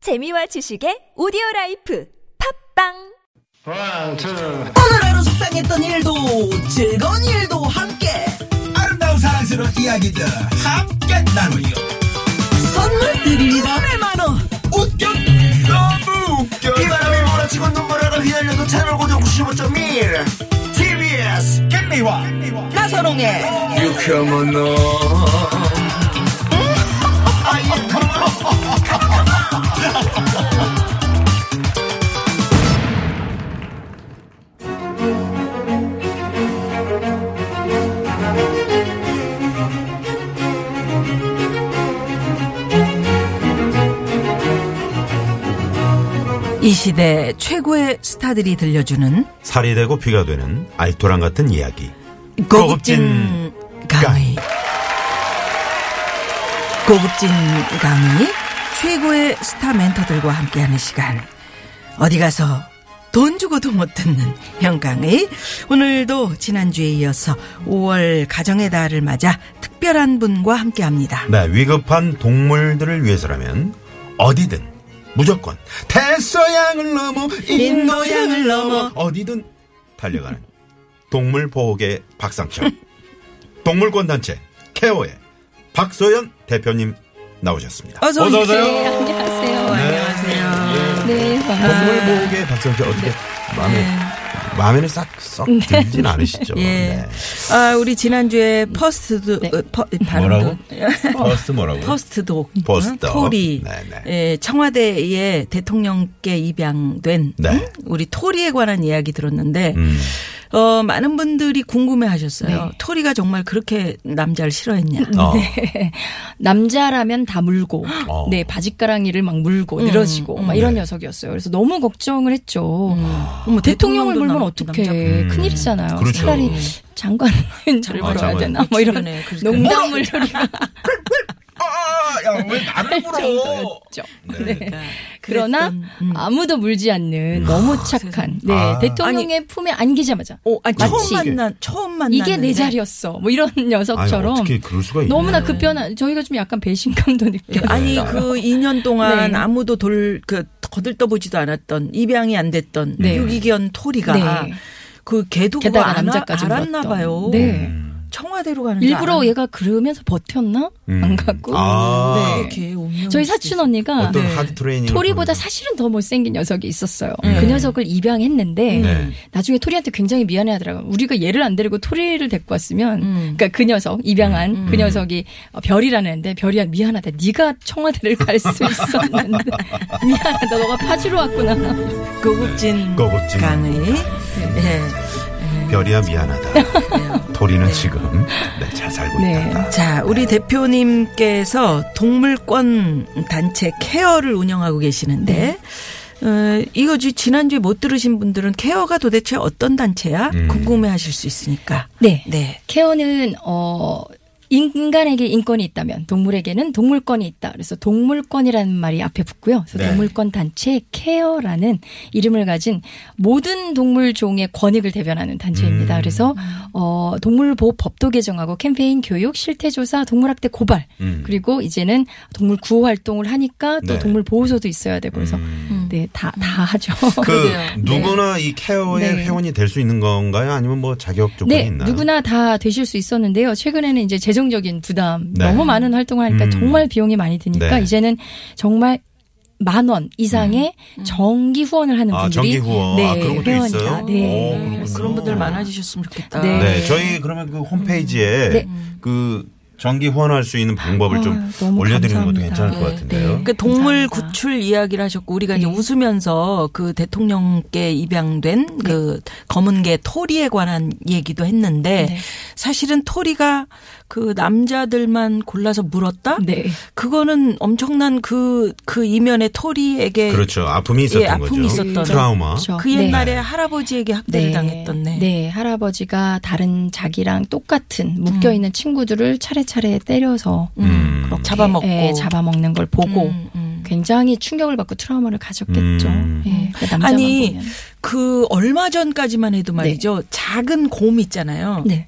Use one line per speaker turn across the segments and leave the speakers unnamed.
재미와 지식의 오디오 라이프 팝빵
One, two.
오늘 하루 속상했던 일도 즐거운 일도 함께
아름다운 사랑스러운 이야기들 함께 나누요
선물 드립니다 100만원
웃겨 너무 웃겨
이 바람이 몰아치고 눈물을 휘날려도 채널 고정 95.1 TBS
김미화
나선홍의
유쾌한 만남
이 시대 최고의 스타들이 들려주는
살이 되고 피가 되는 알토란 같은 이야기.
고급진
고급진
강의 고급진 강의 최고의 스타 멘토들과 함께하는 시간 어디 가서 돈 주고도 못 듣는 현강의 오늘도 지난주에 이어서 5월 가정의 달을 맞아 특별한 분과 함께합니다
네, 위급한 동물들을 위해서라면 어디든 무조건 대서양을 넘어 인도양을 넘어 어디든 달려가는 동물 보호계 박상철 동물권 단체 케어의 박소연 대표님 나오셨습니다.
어서,
어서
오세요.
오세요.
안녕하세요. 안녕하세요.
네,
동물
반갑습니다.
보호계 박상철 어떻게 마음에 마음에는 싹썩 들진 않으시죠?
예.
네.
아, 우리 지난주에 퍼스트도,
네.
어, 퍼,
뭐라고?
발음도.
버스 뭐라고?
퍼스트독.
퍼스트독.
토리.
네네.
예, 청와대에 대통령께 입양된
네.
음? 우리 토리에 관한 이야기 들었는데
음.
어, 많은 분들이 궁금해
네.
하셨어요. 토리가 정말 그렇게 남자를 싫어했냐.
어.
남자라면 다 물고,
어.
네, 바지가랑이를 막 물고, 늘어지고,
음.
막
네.
이런 녀석이었어요. 그래서 너무 걱정을 했죠.
어머,
대통령을
음. 뭐 대통령도
물면
남-
어떡해.
남자가-
음.
큰일이잖아요.
그렇죠.
차라리 장관을 저를
아,
물어야
장관.
되나. 뭐 이런
주변에 그렇게-
농담을
아야왜 나를 물어?
했죠.
네.
그러나
그랬던, 음.
아무도 물지 않는 너무 착한 네,
음. 아.
대통령의 품에 안기자마자
어, 아니, 처음
마치-
만난, 처음 만난. 네.
이게 내 자리였어. 뭐 이런
아니,
녀석처럼
어떻게 그럴 수가 있나?
너무나 급변한 저희가 좀 약간 배신감도 느껴요.
아니 그 2년 동안
예. 네.
아무도 돌 그 거들떠보지도 않았던 입양이 안 됐던
네.
유기견 토리가
네.
그 개도가
게다가
알아,
남자까지
알았나
물었던.
봐요.
네.
청와대로 가는 줄
일부러
알았나
얘가 그러면서 버텼나?
음.
안 갔고.
아.
네.
이렇게 운명일
저희
수도
사춘 언니가
어떤
네.
하드 트레이닝
토리보다 사실은 더 못생긴 녀석이 있었어요.
네.
그 녀석을 입양했는데
네.
나중에 토리한테 굉장히 미안해하더라고요. 우리가 얘를 안 데리고 토리를 데리고 왔으면,
음.
그러니까 그 녀석 입양한 그 녀석이 어, 별이라는 애인데 별이야 미안하다. 네가 청와대를 갈 수 있었는데 미안하다. 너가 파주로 왔구나. 네.
고급진,
고급진
강의. 예.
별이야 미안하다. 토리는 지금 네, 잘 살고
네.
있다.
자, 우리 대표님께서 동물권 단체 케어를 운영하고 계시는데,
네.
어, 이거 지- 지난주에 못 들으신 분들은 케어가 도대체 어떤 단체야?
음.
궁금해 하실 수 있으니까.
네.
네.
케어는 어 인간에게 인권이 있다면 동물에게는 동물권이 있다. 그래서 동물권이라는 말이 앞에 붙고요. 그래서
네.
동물권 단체 케어라는 이름을 가진 모든 동물 종의 권익을 대변하는 단체입니다.
음.
그래서 어 동물보호법도 개정하고 캠페인 교육, 실태조사, 동물학대 고발
음.
그리고 이제는 동물 구호 활동을 하니까
네.
또
음.
동물 보호소도 있어야 되고 그래서 네 다 다 하죠.
그 누구나 이 케어의
어, 네.
회원이 될 수 있는 건가요? 아니면 뭐 자격 조건이
네,
있나요?
누구나 다 되실 수 있었는데요. 최근에는 이제 재정적인 부담,
네.
너무 많은 활동을 하니까
음.
정말 비용이 많이 드니까
네.
이제는 정말 만 원 이상의 정기 후원을 하는
아,
분들이
정기 후원.
네,
아, 그런 것도
회원이다.
있어요?
네.
오, 그렇구나.
그런 분들 많아지셨으면 좋겠다.
네.
네, 저희 그러면 그 홈페이지에
네.
그 정기 후원할 수 있는 방법을
아유,
좀
너무
올려드리는 것도
감사합니다.
괜찮을 것
네,
같은데요.
그러니까 동물
감사합니다.
구출 이야기를 하셨고 우리가 이제
네.
웃으면서 그 대통령께 입양된 그 검은개 토리에 관한 얘기도 했는데
네.
사실은 토리가 그 남자들만 골라서 물었다.
네.
그거는 엄청난 그 그 이면에
네.
토리에게
그렇죠. 아픔이 있었던
예, 아픔이
거죠.
있었던.
트라우마.
그렇죠.
그 옛날에 할아버지에게 학대를
네.
당했던 네.
네, 할아버지가 다른 자기랑 똑같은 묶여 있는 친구들을 차례차례 때려서
음.
음. 그렇게,
잡아먹고.
예, 잡아먹는 걸 보고
음, 음.
굉장히 충격을 받고 트라우마를 가졌겠죠.
음.
예, 그 남자만
아니,
보면.
그 얼마 전까지만 해도 말이죠. 작은 곰 있잖아요.
네.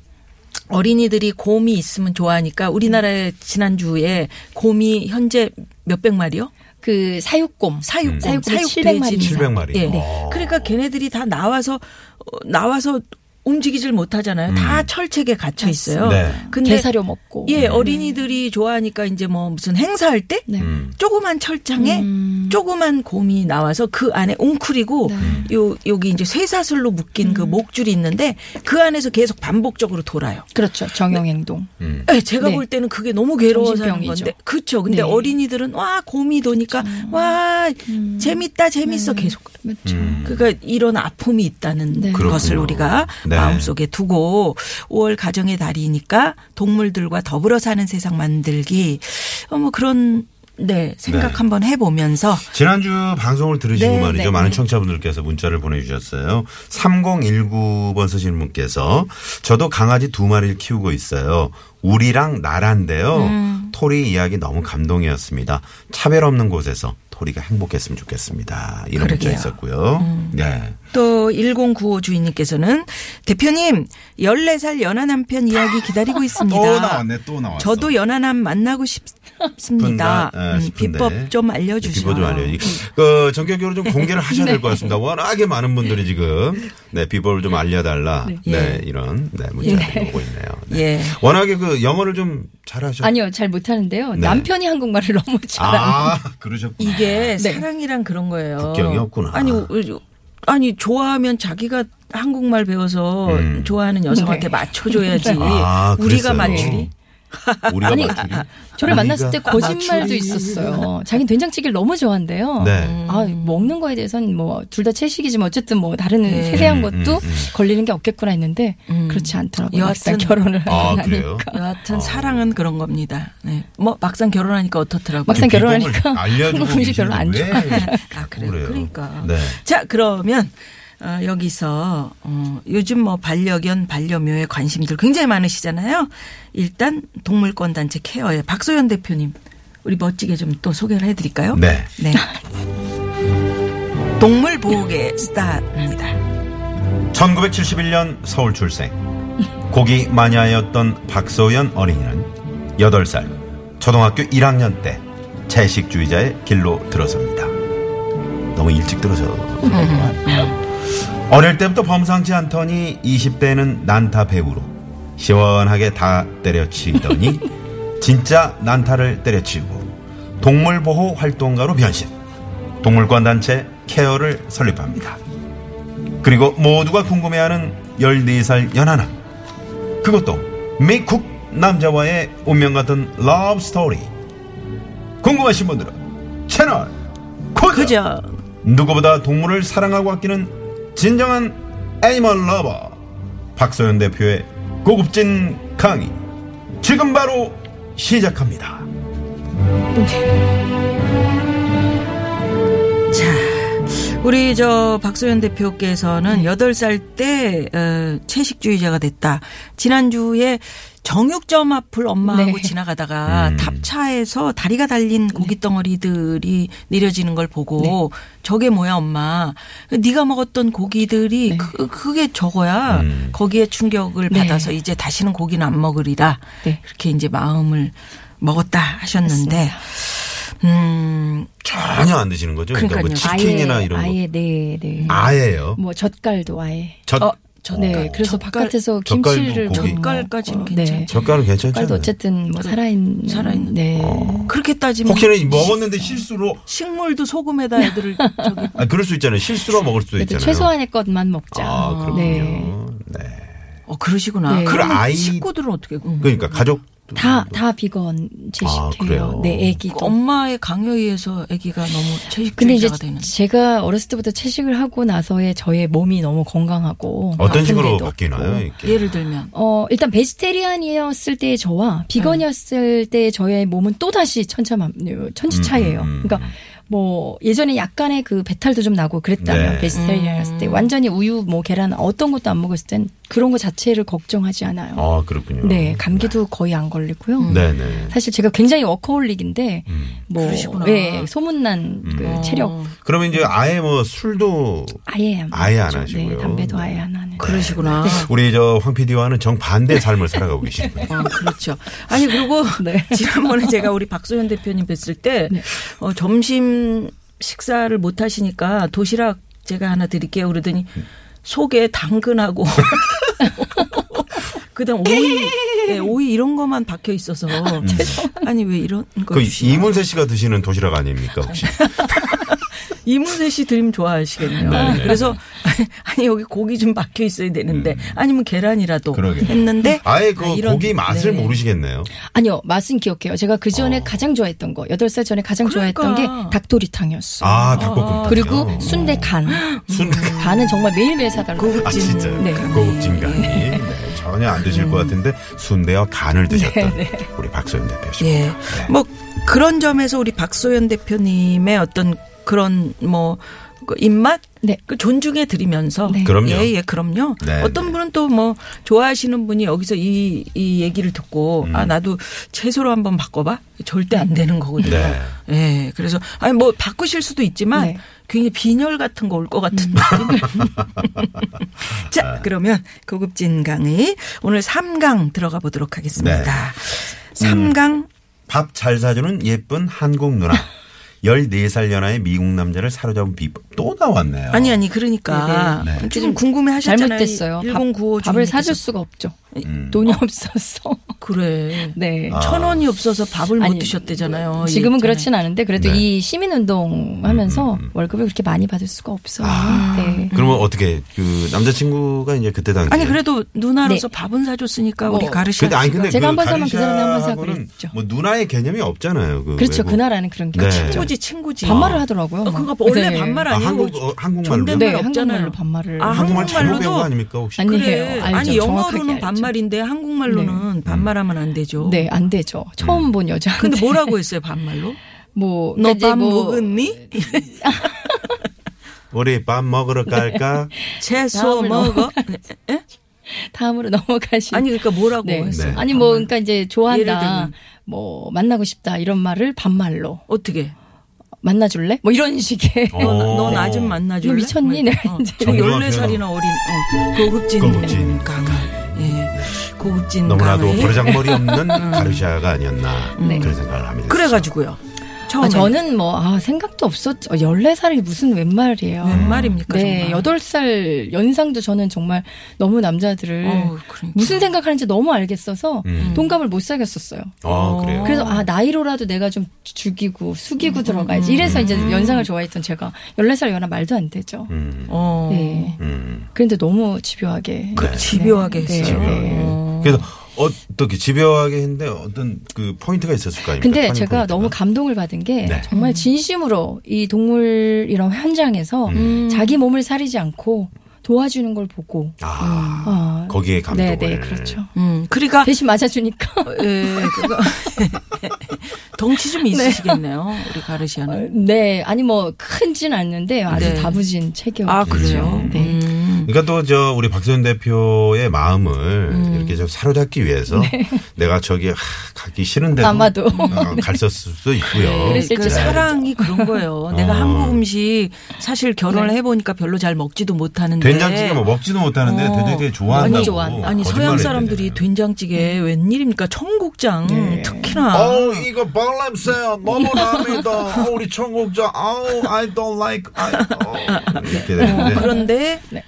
어린이들이 곰이 있으면 좋아하니까 우리나라에 지난주에 곰이 현재 몇백 마리요?
그 사육곰.
사육곰,
사육곰
사육도
700마리.
돼지.
음. 700마리.
예.
네.
그러니까 걔네들이 다 나와서 어, 나와서 움직이질 못하잖아요. 다 철책에 갇혀 있어요.
음. 네.
근데
개사료 먹고.
예, 어린이들이 좋아하니까 이제 뭐 무슨 행사할 때
네. 음.
음.
조그만 철장에 조그만 곰이 나와서 그 안에 웅크리고
네.
요 여기 이제 쇠사슬로 묶인
음.
그 목줄이 있는데 그 안에서 계속 반복적으로 돌아요.
그렇죠. 정형 행동.
음.
예, 제가
네.
볼 때는 그게 너무 괴로워서 하는
정신병이죠.
건데. 그쵸. 근데
네.
어린이들은 와, 곰이 도니까 와,
음.
재밌다, 재밌어 계속.
음.
그렇죠.
그러니까 이런 아픔이 있다는
네.
것을
그렇군요.
우리가
네.
마음속에 두고 5월 가정의 달이니까 동물들과 더불어 사는 세상 만들기 어, 뭐 그런 네 생각
네.
한번 해보면서
지난주 방송을 들으시고
네,
말이죠.
네,
많은 청취자분들께서 문자를 보내주셨어요. 3019번 쓰시는 분께서 저도 강아지 두 마리를 키우고 있어요. 우리랑 나란데요.
음.
토리 이야기 너무 감동이었습니다. 차별 없는 곳에서 토리가 행복했으면 좋겠습니다. 이런 문자
그러게요. 음.
있었고요. 네.
또 1095 주인님께서는 대표님 14살 연하 남편 이야기 기다리고 있습니다.
또 나왔네, 또 나왔어.
저도 연하남 만나고 싶습니다.
분다, 예,
음,
싶은데.
비법 좀
네,
알려주시오.
비법 좀 알려.
음.
그 전격적으로 좀 공개를 하셔야
네.
될 것 같습니다. 워낙에 많은 분들이 지금 네 비법을 좀 알려달라. 네, 이런 네, 문자들이 오고 있네요. 네.
예.
워낙에 그 영어를 좀 잘하셔.
아니요, 잘 못하는데요.
네.
남편이 한국말을 너무 잘하는.
아 그러셨구나.
이게
네.
사랑이란 그런 거예요.
국경이 없구나.
아니, 우- 아니 좋아하면 자기가 한국말 배워서
음.
좋아하는 여성한테
네.
맞춰줘야지.
아,
우리가
그랬어요.
맞추리.
우리가
아니,
맞추리?
저를 만났을 때
우리가
거짓말도
맞추리?
있었어요. 자기는 된장찌개를 너무 좋아한대요.
네.
아, 먹는 거에 대해서는 뭐 둘 다 채식이지만 어쨌든 뭐 다른 세세한
음,
것도
음, 음.
걸리는 게 없겠구나 했는데 그렇지 않더라고요.
여하튼.
막상 결혼을
아
하고 나니
그래요.
여하튼 사랑은 그런 겁니다. 네. 뭐 막상 결혼하니까 어떻더라고요.
막상
비법을
결혼하니까
알려주고
한국 음식 별로 안
계시는데 왜
아, 그래요.
그래요?
그러니까.
네.
자, 그러면 어, 여기서 어, 요즘 뭐 반려견, 반려묘에 관심들 굉장히 많으시잖아요. 일단 동물권 단체 케어의 박소연 대표님 우리 멋지게 좀 또 소개를 해드릴까요?
네.
네. 동물 보호계 스타입니다.
1971년 서울 출생. 고기 마녀였던 박소연 어린이는 8살 초등학교 1학년 때 채식주의자의 길로 들어섭니다. 너무 일찍 들어서. 어릴 때부터 범상치 않더니 20대에는 난타 배우로 시원하게 다 때려치더니 진짜 난타를 때려치고 동물보호 활동가로 변신. 동물권 단체 케어를 설립합니다. 그리고 모두가 궁금해하는 14살 연하남. 그것도 미국 남자와의 운명 같은 러브 스토리. 궁금하신 분들은 채널 고정.
그죠?
누구보다 동물을 사랑하고 아끼는 진정한 애니멀 러버 박소연 대표의 고급진 강의 지금 바로 시작합니다.
자, 우리 저 박소연 대표께서는 여덟 살 때 어, 채식주의자가 됐다. 지난주에 정육점 앞을 엄마하고
네.
지나가다가 답차에서 다리가 달린 고기 덩어리들이 내려지는 걸 보고
네.
저게 뭐야 엄마? 네가 먹었던 고기들이 그, 그게 저거야.
음.
거기에 충격을
네.
받아서 이제 다시는 고기는 안 먹으리라.
네.
그렇게 이제 마음을 먹었다 하셨는데 음,
전혀 안 드시는 거죠? 그러니까 뭐
그러니까요.
치킨이나 이런 거
아예 네, 네.
아예요.
뭐 젓갈도 아예.
젓
어,
네, 그래서
젓갈,
바깥에서
그러니까 젓갈도
김치를
고기.
못 먹고.
젓갈까지는
네.
괜찮죠.
젓갈은 괜찮잖아요. 그
젓갈도 어쨌든 뭐 살아있는
살아있는.
네.
어,
그렇게 따지면
혹시나
음.
뭐- 먹었는데 실수로
식물도 소금에다 애들을 저기
아 그럴 수 있잖아요. 실수로 먹을 수도
그래도
있잖아요.
최소한의 것만 먹자.
아 그렇군요.
네.
네.
어 그러시구나.
네. 음.
그럼
그럼 아이-
식구들은 어떻게? 응.
그러니까 가족
다, 다 비건
아,
채식해요.
그래요?
네, 애기도.
그 엄마의 강요에 의해서 아기가 너무
근데 이제
채식주의자가 되는.
제가 어렸을 때부터 채식을 하고 나서의 저의 몸이 너무 건강하고
어떤
아픈
식으로
데도
바뀌나요?
없고.
이렇게.
예를
네,
들면
어 일단 베지테리안이었을 때의 저와 비건이었을 때의 저의 몸은 또 다시 천차만 어, 천지 차이예요.
음, 음,
그러니까 뭐 예전에 약간의 그 배탈도 좀 나고 그랬다면
네.
음.
베지테리안이었을 때 완전히 우유 뭐 계란 어떤 것도 안 먹었을 땐 그런 거 자체를 걱정하지 않아요.
아, 그렇군요.
네, 감기도 거의 안 걸리고요.
네네.
사실 제가 굉장히 워커홀릭인데
음.
뭐
그러시구나. 어.
예, 소문난
음.
그 체력
그러면 이제 아예 뭐 술도
아예 안
아예 안
먹죠.
하시고요.
네, 담배도 아예 안 하는.
그러시구나.
우리 저 황 PD와는 정반대 삶을 살아가고 계시네요.
어, 그렇죠. 아니 그리고
네.
지난번에 제가 우리 박소현 대표님 뵀을 때 어, 점심 식사를 못 하시니까 도시락 제가 하나 드릴게요 그러더니
음.
속에 당근하고 그다음 오이 네, 오이 이런 것만 박혀 있어서 아니 왜 이런 거
음. 그
그렇죠.
이문세 씨가 드시는 도시락 아닙니까 혹시?
이문세 씨 드림 좋아하시겠네요.
네, 네.
그래서 아니 여기 고기 좀 박혀 있어야 되는데 아니면 계란이라도
음. 그러게.
했는데
아예
아,
그
이런-
고기 맛을
네.
모르시겠네요.
아니요, 맛은 기억해요. 제가 그 전에
어.
가장 좋아했던 거, 8살 전에 가장
그러니까.
좋아했던 게 닭도리탕이었어요.
아 닭볶음탕.
그리고 순대 간. 음.
순.
간은 정말 매일매일 사달라고.
아 진짜.
네.
고급진 간이 네, 전혀 안 드실 것 같은데 순대와 간을 드셨던
네,
우리 박소연 네. 대표 씨.
예. 뭐 그런 점에서 우리 박소연 대표님의 어떤 그런 뭐그 입맛
네.
그 존중해 드리면서
네.
그럼요.
예, 예, 그럼요.
네,
어떤
네.
분은 또 뭐 좋아하시는 분이 여기서 이, 이 얘기를 듣고
음.
아 나도 채소로 한번 바꿔봐 절대 안 되는 거거든요.
네.
예, 그래서 아니 뭐 바꾸실 수도 있지만
네.
굉장히 빈혈 같은 거 올 것 같은 느낌.
아.
자, 그러면 고급진 강의 오늘 3강 들어가 보도록 하겠습니다.
네.
삼 3강
밥 잘 사주는 예쁜 한국 누나. 14살 연하의 미국 남자를 사로잡은 비법 또 나왔네요.
아니 아니 그러니까
네네. 네.
지금 궁금해 하셨잖아요.
잘못됐어요. 밥-
1095
밥을 사줄 수가 없죠.
음.
돈이 없었어.
그래.
네.
아.
천 원이 없어서 밥을 못
아니,
드셨대잖아요.
지금은
예,
그렇진 않은데 그래도
네.
이 시민운동 하면서
음,
월급을 그렇게 많이 받을 수가 없어요.
아,
네.
그러면 어떻게 그 남자친구가 이제 그때 당시
아니 그래도 그렇죠. 누나로서
네.
밥은 사줬으니까
뭐,
우리 가르시.
어. 근데 아니 근데
제가
그
한번 사면 그 사람이 한번 사고
가르샤하고는
그랬죠.
뭐 누나의 개념이 없잖아요. 그
그렇죠.
외국.
그나라는 그런 게
네.
있죠.
친구지 친구지.
반말을 하더라고요.
어,
막.
그거 원래
네.
반말
아,
아니고
한국 어, 한국말로
존댓말
네,
없잖아요.
한국말로 반말을.
아,
한국말 잘못 배운
한국말로도-
거 아닙니까 혹시?
아니,
그래.
해요. 알죠.
아니
정확하게
영어로는
알죠.
반말인데 한국말로는 반말하면 안 되죠.
네, 안 되죠. 처음 본 여자.
근데 뭐라고 했어요 반말로?
뭐,
너
이제
밥
뭐-
먹었니?
우리 밥 먹으러 갈까?
채소
밥을
먹어? 예?
다음으로 넘어가시.
아니 그러니까 뭐라고
네.
했어요?
아니 뭐 그러니까 이제
예를
좋아한다.
들면.
뭐 만나고 싶다 이런 말을 반말로
어떻게?
만나 줄래? 뭐 이런 식의.
어.
넌- 넌 아줌 만나줄래?
너 미쳤니? 내가
어,
이제
정말
열네 살이나 어린 어, 고급진,
고급진.
강아. 예, 고급진
너무나도
강아의-
버르장머리 없는 가르샤가 아니었나
네.
그런 생각을 합니다.
그래가지고요. 처음에
아, 저는 뭐, 아, 생각도 없었죠. 14살이 무슨 웬 말이에요.
음.
웬 어, 말입니까?
네,
그러니까 정말.
8살 연상도 저는 정말 너무 남자들을
어우, 그러니까.
무슨 생각하는지 너무 알겠어서
음.
동감을 못 사겠었어요.
아 그래요.
그래서
어.
아, 나이로라도 내가 좀 죽이고
음.
숙이고 들어가야지. 이래서 이제 연상을 좋아했던 제가 14살 연하 말도 안 되죠.
음,
어,
네.
음.
그런데 너무 집요하게.
그렇죠.
네.
집요하게
네.
했어요.
네.
그래서 어떻게 집요하게 했는데 어떤 그 포인트가 있었을 거 아닙니까?
근데
터닝
제가
포인트가?
너무 감동을 받은 게
그러니까 네.
음.
정말 진심으로 이 동물 이런 현장에서
음.
자기 몸을 사리지 않고 도와주는 걸 보고
아
아,
거기에 감동을.
네네 그렇죠.
음, 그러니까
대신 맞아주니까.
예, 그거 덩치 좀 있으시겠네요, 우리 가르시아는.
네 아니 뭐 큰진 않는데 아주
네.
다부진 체격.
아, 그래요.
네.
음.
그러니까 또 저 우리 박소연 대표의 마음을 이렇게 좀 사로잡기 위해서
네.
내가 저기 하, 가기 싫은데
아마도. 네.
갈었을 수도 있고요. 어.
그랬을
그
실제
사랑이 그런 거예요. 내가 한국 음식 사실 결혼을
네.
해보니까 별로 잘 먹지도 못하는데
된장찌개 뭐 먹지도 못하는데
어.
된장찌개 좋아한다고.
아니, 좋아한-
아니 서양
거짓말을
사람들이
했잖아요. 음.
된장찌개 웬일입니까? 청국장
네.
특히나
어우 이거 벌냄새 너무 납니다. 어, 우리 청국장 아우 I don't like I, 어, 이렇게 되는데
그런데
네.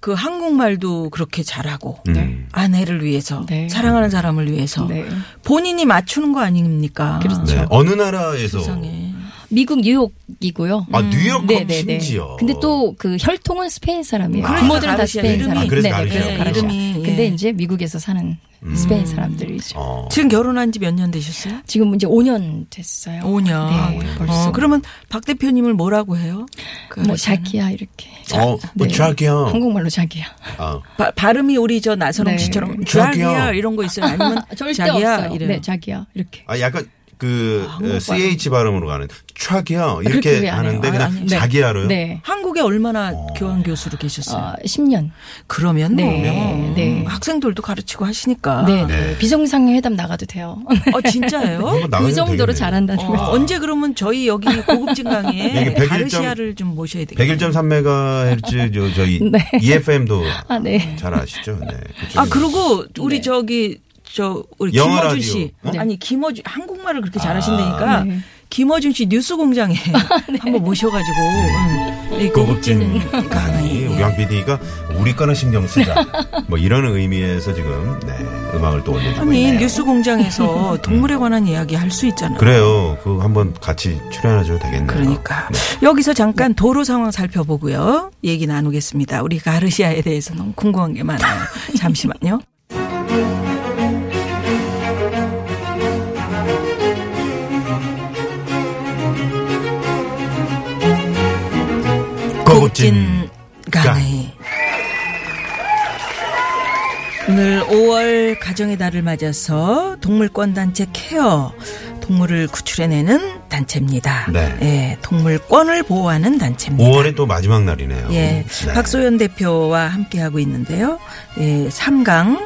그 한국말도 그렇게 잘하고
음.
아내를 위해서
네.
사랑하는 사람을 위해서
네. 그렇죠.
본인이 맞추는 거 아닙니까?
네, 어느 나라에서
세상에.
미국 뉴욕이고요.
아 뉴욕 컵
네네네.
심지어.
근데 또 그 혈통은 스페인 사람이에요.
그러니까
부모들은 다
가르시아
스페인
이름이-
사람.
아, 그래서
네네,
가르시아.
그래서 가르시아.
이름이, 예.
근데 이제 미국에서 사는
음.
스페인 사람들이죠.
어.
지금 결혼한 지 몇 년 되셨어요?
지금 이제 5년 됐어요.
5년.
네,
아, 5년.
벌써.
어, 그러면 박 대표님을 뭐라고 해요? 그
뭐
러시아는?
자기야 이렇게.
어, 뭐 자기야.
한국말로 자기야.
아,
바- 발음이 우리 저 나선홍
네.
씨처럼
자기야.
자기야 이런 거 있어요. 아니면
절대
자기야
없어요.
이래요.
네, 자기야 이렇게.
아, 약간 그
한국 발음.
CH 발음으로 가는 촥이요
그렇게
이렇게
안 해요.
하는데
아,
그냥
아니요. 네.
자기야로요.
네.
한국에 얼마나
어.
교환 교수로 계셨어요?
어, 10년.
그러면
네,
뭐
네.
학생들도 가르치고 하시니까.
아,
네, 네. 비정상회담 나가도 돼요.
어 진짜예요?
한번 아, 나가면
그 정도로
되겠네요.
잘한다는
어,
거죠.
언제 그러면 저희 여기 고급진 강의에
여기 101.3
가르시아를 좀 모셔야 되겠네요.
101.3메가헤르츠 저 저희
네.
EFM도
아, 네.
잘 아시죠? 네. 그쪽에
아 그리고 우리
네.
저기 저 우리
영어
김어준 아,
라디오.
씨
어?
아니 김어준 한국말을 그렇게 잘하신다니까
네.
김어준 씨 뉴스 공장에 한번 모셔가지고 음, 네. 이 아, 네. 고급진 강의
강의 우리 양 PD가 우리 거나 신경 쓰자 뭐 이런 의미에서 지금 네 음악을 또 올려주고
아니
있네요.
뉴스 공장에서 동물에 관한 이야기 할 수 있잖아.
그래요. 그거 한번 같이 출연하셔도 아, 되겠네요. 네.
그러니까 여기서 잠깐 도로 상황 살펴보고요. 얘기 나누겠습니다. 우리 가르시아에 대해서 너무 궁금한 게 많아요. 잠시만요.
네. 고급진
강의. 네. 오늘 5월 가정의 달을 맞아서 동물권 단체 케어 동물을 구출해내는 단체입니다.
네.
예, 동물권을 보호하는 단체입니다.
5월의 또 마지막 날이네요.
예,
네.
박소연 대표와 함께 하고 있는데요. 예, 3강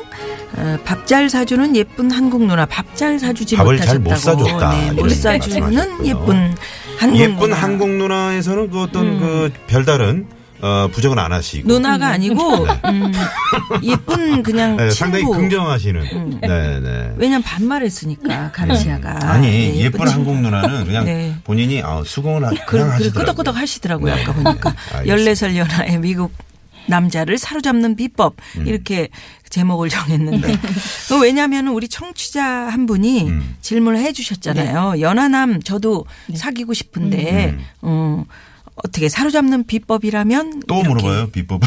어, 밥 잘 사주는 예쁜 한국 누나 밥 잘 사주지
밥을 잘
못하셨다고
못 사줬다.
네, 못
이런
사주는
말씀하셨고요.
예쁜 한국
예쁜
누나. 음.
한국 누나에서는 그 어떤 그 별다른 어, 부정은 안 하시고
누나가 아니고 음, 예쁜 그냥
네,
친구. 음.
상당히 긍정하시는. 네네.
왜냐면 반말했으니까 가르시아가
아니
네,
예쁜
친구.
한국 누나는 그냥
네.
본인이 아, 수긍을 하, 그냥
그, 그,
하시더라고요.
끄덕끄덕 하시더라고요
네.
아까 보니까
알겠습니다.
14살 연하의 미국 남자를 사로잡는 비법
음.
이렇게 제목을 정했는데 그 왜냐하면 우리 청취자 한 분이
네. 음.
질문을 해주셨잖아요 연하남 저도 사귀고 싶은데
음.
어, 어떻게 사로잡는 비법이라면
또
이렇게
물어봐요 비법을.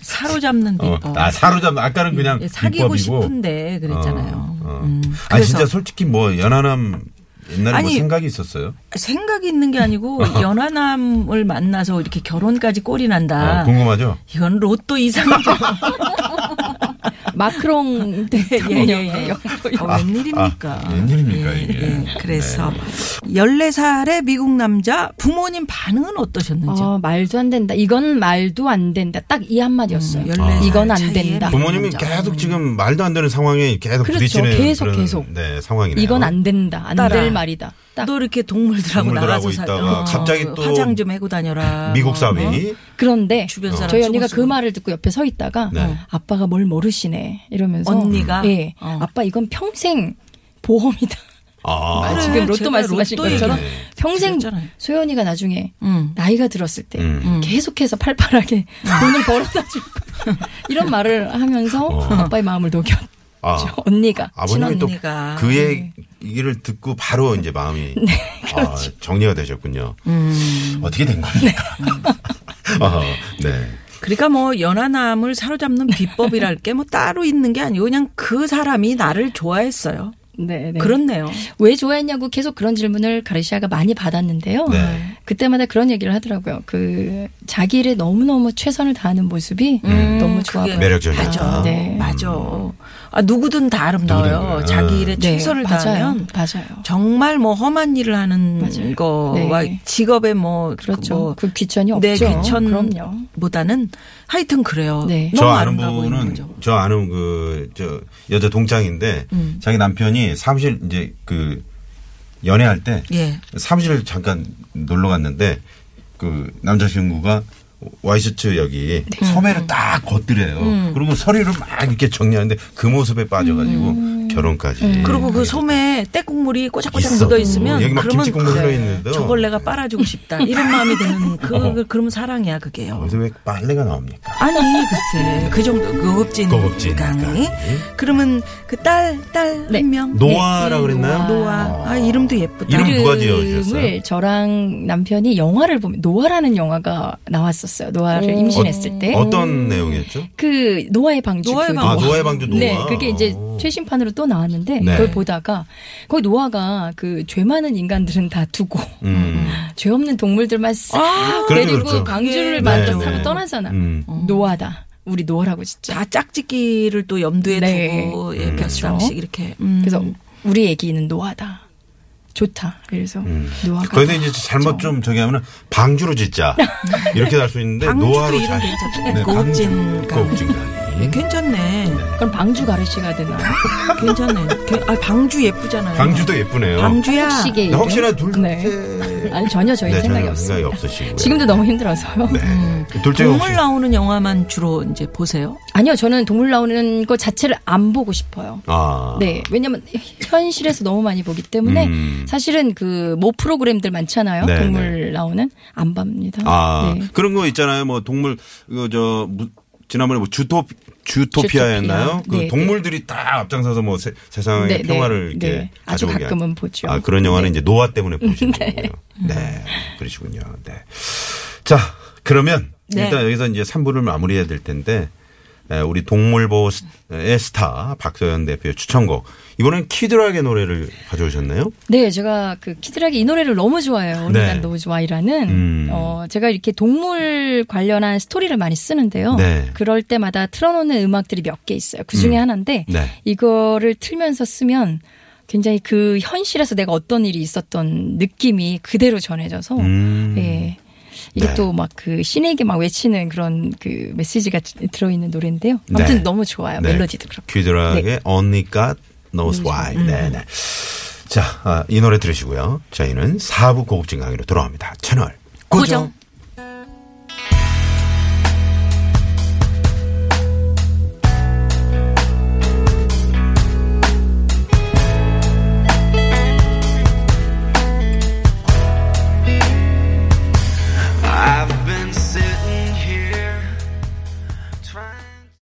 사로잡는
어,
비법
아 사로잡 아까는 그냥
음. 예, 사귀고
비법이고.
싶은데 그랬잖아요
어, 어.
음,
아
그래서
진짜 솔직히 뭐 연하남 옛날에 뭐
아니,
생각이 있었어요?
생각이 있는 게 아니고 연하남을 만나서 이렇게 결혼까지 꼴이 난다.
어, 궁금하죠?
이건 로또 이상이죠.
마크롱 예, 대통령이에요.
예, 아, 웬일입니까? 예,
아, 웬일입니까, 이게. 네.
그래서 14살의 미국 남자 부모님 반응은 어떠셨는지.
어, 말도 안 된다. 이건 말도 안 된다. 딱 이 한마디였어요.
음, 열네 살
이건 안
차이에
된다.
아, 부모님이 계속 지금 말도 안 되는 상황에 계속
그렇죠.
부딪히는
계속,
그런,
계속.
네 상황이네요.
이건 안 된다. 안 될 말다딱
너 이렇게 동물들하고
동물들하고
나가서 살-
있다가 갑자기 또
화장 좀 해고 다녀라.
미국 사위
뭐.
그런데
주변 사람
저희 언니가 그
속았어.
말을 듣고 옆에 서 있다가
네.
아빠가 뭘 모르시네 이러면서
언니가?
예
어.
아빠 이건 평생 보험이다. 어?
아, 네.
그래,
지금 로또
제가
말씀하신
로또
것처럼
얘기
평생
드렸잖아요.
소연이가 나중에
음.
나이가 들었을 때
음.
계속해서 팔팔하게 돈을 벌어다 줄 거야. 이런 말을 하면서 아빠의 마음을 녹였죠.
어. 아.
언니가
아버님이 또
친언니가.
그 얘기를 듣고 바로 이제 마음이 아, 정리가 되셨군요. 어떻게 된 겁니까? 어, 네.
그러니까 뭐 연하남을 사로잡는 비법이랄 게 뭐 따로 있는 게 아니고 그냥 그 사람이 나를 좋아했어요.
네, 네.
그렇네요.
왜 좋아했냐고 계속 그런 질문을 가르시아가 많이 받았는데요.
네.
그때마다 그런 얘기를 하더라고요. 그 자기 일에 너무너무 최선을 다하는 모습이 너무 좋아
그게
보여요.
음, 매력적이다.
맞아.
네.
맞아. 아, 누구든 다
누구든
아름다워요.
그래요.
자기 일에
네,
최선을
맞아요.
다하면
맞아요.
정말 뭐 험한 일을 하는 거와
네.
직업에 뭐
그렇죠.
뭐
그 귀천이 없죠.
내
그럼요.
귀천보다는 하여튼 그래요.
네.
저
너무
아는
아름다워 보이는
분은
거죠.
저 아는 그 저 여자 동창인데 자기 남편이 사무실 이제 그 연애할 때
네.
예.
사무실 잠깐 놀러 갔는데 그 남자친구가 와이셔츠 여기
네.
소매를 딱 걷더래요.
음.
그리고 서리를 막 이렇게 정리하는데 그 모습에 빠져가지고 결혼까지.
음. 그리고 그 소매에 때국물이 꼬작꼬작
네. 있어.
묻어 있으면
여기 막
그러면
김치국물
그래.
흘러있는데요.
저걸 내가 빨아주고 싶다 이런 마음이 드는 그 그- 그러면 사랑이야 그게요.
여기서 왜 빨래가 나옵니까?
아니 글쎄 그 정도 고급진,
고급진
강의.
강의.
그러면 그 딸 딸 한
네.
명.
노아라 그랬나요? 어.
노아. 아, 이름도 예쁘다.
이름 누가 지어주셨어요?
이름을 그 저랑 남편이 영화를 보면 노아라는 영화가 나왔었어요. 노아를 임신했을
예?
때.
어떤 내용이었죠?
그 노아의 방주.
노아의
그
방주.
아 노아의 방주 노아.
네, 그게 이제
오.
최신판으로 또 나왔는데
네.
그걸 보다가 거기 노아가 그 죄 많은 인간들은 다 두고
음.
죄 없는 동물들만 싹
그렇죠,
데리고
그렇죠.
광주를
예.
만나서
네, 네.
떠나잖아.
음.
노아다. 우리 노아라고 진짜.
다 짝짓기를 또 염두에
네.
두고 예, 몇
그렇죠.
사람씩 이렇게. 음.
그래서 우리 애기는 노하다. 좋다. 그래서
음.
음.
노하가.
그런데
더
이제 잘못
좋죠.
그렇죠.
좀 저기 하면은 방주로 짓자 이렇게 할 수 있는데
방주로
노화로
이런
잘
게 있잖아요.
네, 방주.
고급진 강.
고급진 강.
예, 괜찮네.
그럼 방주 가르치가 되나?
괜찮네. 게- 아, 방주 예쁘잖아요.
방주도 예쁘네요.
방주야. 네.
시계.
근데 혹시나 둘째
네. 아니 전혀 저희
네,
생각이
전혀 생각이
없습니다.
없으시고요.
지금도 음, 너무 힘들어서요.
네. 둘째가 혹시
동물 나오는 영화만 주로 이제 보세요.
아니요, 저는 동물 나오는 것 자체를 안 보고 싶어요.
아.
네, 왜냐면 현실에서 너무 많이 보기 때문에
음.
사실은 그 모 프로그램들 많잖아요.
네,
동물 나오는 안 봅니다.
아
네.
그런 거 있잖아요. 뭐 동물 그저 지난번에 뭐 주토 주토피아였나요?
주토피아.
그
네,
동물들이 다 앞장서서 뭐 세, 상의
네, 네,
평화를 이렇게
네. 아주
가져오게
가끔은
한-
보죠.
아 그런 영화는
네. 음.
이제 노화 때문에 보시는 거고요. 네, 그러시군요. 네. 자 그러면
네.
일단 여기서 이제 3부를 마무리해야 될 텐데 에, 우리 동물보의 스타 박소연 대표의 추천곡 이번엔 키드락의 노래를 가져오셨나요?
네, 제가 그 키드락이 이 노래를 너무 좋아해요. 우리
네.
난 너무 좋아이라는
음.
어 제가 이렇게 동물 관련한 스토리를 많이 쓰는데요.
네.
그럴 때마다 틀어놓는 음악들이 몇 개 있어요. 그 중에
음.
하나인데
네.
이거를 틀면서 쓰면 굉장히 그 현실에서 내가 어떤 일이 있었던 느낌이 그대로 전해져서
음.
예. 이게
네.
또 막 그 신에게 막 외치는 그런 그 메시지가 들어있는 노래인데요. 아무튼
네.
너무 좋아요. 네.
네.
멜로디도 그렇고.
퀴드락의 Only God Knows Why. 네네. 자, 아, 이 노래 들으시고요. 저희는 4부 고급진 강의로 돌아옵니다. 채널 고정.